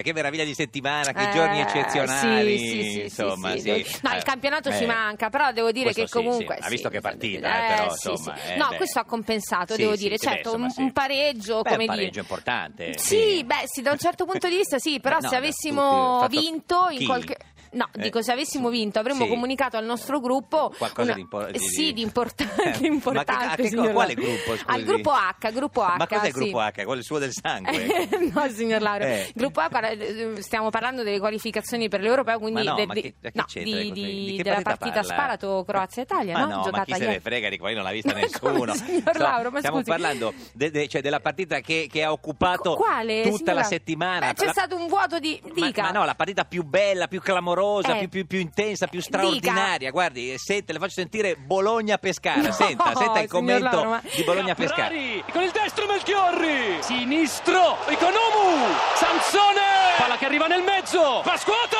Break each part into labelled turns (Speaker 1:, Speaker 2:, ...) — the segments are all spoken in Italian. Speaker 1: Eh, Che meraviglia di settimana, che giorni
Speaker 2: Eh,
Speaker 1: eccezionali.
Speaker 2: sì, sì, sì, sì,
Speaker 1: insomma,
Speaker 2: sì,
Speaker 1: sì.
Speaker 2: devo- No, il
Speaker 1: Eh,
Speaker 2: campionato ci
Speaker 1: eh,
Speaker 2: manca, però devo dire
Speaker 1: questo
Speaker 2: che
Speaker 1: sì, sì.
Speaker 2: comunque...
Speaker 1: Ha visto
Speaker 2: sì,
Speaker 1: che partita,
Speaker 2: eh,
Speaker 1: eh, però,
Speaker 2: sì,
Speaker 1: insomma,
Speaker 2: sì.
Speaker 1: eh,
Speaker 2: no,
Speaker 1: beh.
Speaker 2: questo ha compensato,
Speaker 1: Sì,
Speaker 2: devo
Speaker 1: sì,
Speaker 2: dire.
Speaker 1: sì, beh,
Speaker 2: certo,
Speaker 1: insomma,
Speaker 2: un,
Speaker 1: sì.
Speaker 2: un pareggio,
Speaker 1: Beh,
Speaker 2: come
Speaker 1: un
Speaker 2: dire...
Speaker 1: pareggio importante.
Speaker 2: Sì, beh, sì, da un certo punto di vista sì, però
Speaker 1: Beh, no,
Speaker 2: se
Speaker 1: da
Speaker 2: avessimo
Speaker 1: tutti, fatto
Speaker 2: vinto in
Speaker 1: chi?
Speaker 2: qualche... No,
Speaker 1: Eh,
Speaker 2: dico, se avessimo
Speaker 1: sì.
Speaker 2: vinto avremmo
Speaker 1: Sì.
Speaker 2: comunicato al nostro gruppo... eh,
Speaker 1: Qualcosa di impor- di- Eh,
Speaker 2: Sì, di
Speaker 1: Ma
Speaker 2: importante,
Speaker 1: che-
Speaker 2: importante.
Speaker 1: a che co-
Speaker 2: signor
Speaker 1: quale
Speaker 2: Lauro.
Speaker 1: gruppo, scusi?
Speaker 2: Al gruppo H, gruppo H,
Speaker 1: Ma cos'è il
Speaker 2: sì.
Speaker 1: gruppo H? Quello il suo del sangue?
Speaker 2: no, signor Lauro.
Speaker 1: Eh.
Speaker 2: Il Gruppo A, guarda, eh, stiamo parlando delle qualificazioni per l'Europa, quindi
Speaker 1: Ma no,
Speaker 2: del-
Speaker 1: ma che- che
Speaker 2: no,
Speaker 1: c'entra
Speaker 2: di-
Speaker 1: con-
Speaker 2: di-
Speaker 1: di che
Speaker 2: della
Speaker 1: partita
Speaker 2: partita
Speaker 1: parla?
Speaker 2: Sparato Croazia-Italia,
Speaker 1: ma
Speaker 2: no?
Speaker 1: no, ma chi
Speaker 2: Giocata
Speaker 1: se
Speaker 2: ieri.
Speaker 1: ne frega di qua, io non l'ha
Speaker 2: Ma
Speaker 1: vista
Speaker 2: come,
Speaker 1: nessuno.
Speaker 2: signor
Speaker 1: Insomma,
Speaker 2: Lauro, ma
Speaker 1: stiamo
Speaker 2: scusi.
Speaker 1: parlando de- de- cioè, della partita che, che ha occupato
Speaker 2: Qu- Quale?
Speaker 1: tutta
Speaker 2: signor
Speaker 1: la
Speaker 2: Lauro?
Speaker 1: settimana.
Speaker 2: Eh, c'è
Speaker 1: La-
Speaker 2: stato un vuoto di...
Speaker 1: Ma-
Speaker 2: Dica.
Speaker 1: Ma, no, la partita più bella, più clamorosa,
Speaker 2: Eh.
Speaker 1: più, più- più intensa, più
Speaker 2: Dica.
Speaker 1: straordinaria. Guardi, eh, sente, le faccio sentire Bologna-Pescara.
Speaker 2: No,
Speaker 1: senta, senta il
Speaker 2: signor
Speaker 1: commento
Speaker 2: Lauro, ma-
Speaker 1: di Bologna-Pescara.
Speaker 3: Caprari, con il destro Melchiorri sinistro Economu Sansone palla che arriva nel mezzo Pasquato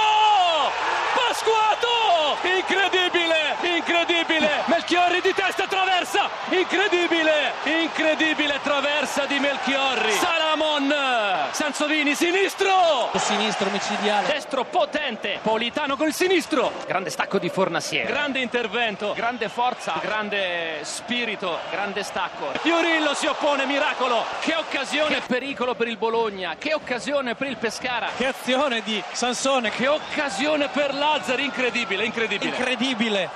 Speaker 3: Pasquato incredibile incredibile Melchiorri di testa traversa incredibile incredibile traversa di Melchiorri Salamon Sansovini sinistro
Speaker 4: sinistro micidiale
Speaker 3: destro potente Politano col sinistro
Speaker 4: grande stacco di Fornasiero
Speaker 3: Grande intervento, grande forza, grande spirito, grande stacco. Fiorillo si oppone, miracolo. Che occasione,
Speaker 4: che pericolo per il Bologna che occasione per il Pescara
Speaker 5: Che azione di Sansone,
Speaker 3: che occasione per Lazzari, incredibile, incredibile.
Speaker 5: incredibile!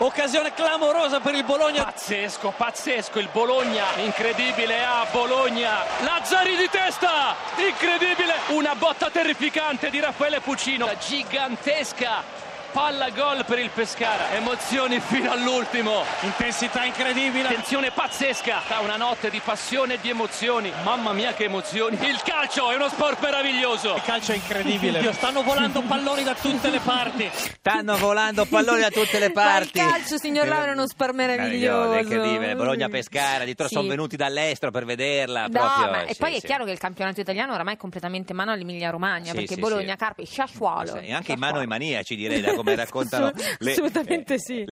Speaker 5: Occasione clamorosa per il Bologna.
Speaker 3: Pazzesco, pazzesco il Bologna, incredibile a Bologna. Lazzari di testa, incredibile. Una botta terrificante di Raffaele Puccino, gigantesca. Palla gol per il Pescara. Emozioni fino all'ultimo.
Speaker 5: Intensità incredibile.
Speaker 3: Tensione pazzesca, da una notte di passione e di emozioni. Mamma mia che emozioni! Il calcio è uno sport meraviglioso.
Speaker 5: Il calcio è incredibile. Stanno volando palloni da tutte le parti.
Speaker 1: Stanno volando palloni da tutte le
Speaker 2: Ma il
Speaker 1: parti.
Speaker 2: calcio, signor Lauro, è uno sport meraviglioso.
Speaker 1: Incredibile, Bologna-Pescara, addirittura
Speaker 2: Sì.
Speaker 1: sono venuti dall'estero per vederla.
Speaker 2: No,
Speaker 1: proprio,
Speaker 2: ma- e
Speaker 1: sì,
Speaker 2: poi è
Speaker 1: sì.
Speaker 2: chiaro che il campionato italiano oramai è completamente in mano all'Emilia Romagna,
Speaker 1: Sì,
Speaker 2: perché
Speaker 1: sì,
Speaker 2: Bologna,
Speaker 1: sì.
Speaker 2: Carpi, Sciasciuolo.
Speaker 1: E anche in mano ai maniaci, direi, da come raccontano le-
Speaker 2: Assolutamente
Speaker 1: eh,
Speaker 2: sì.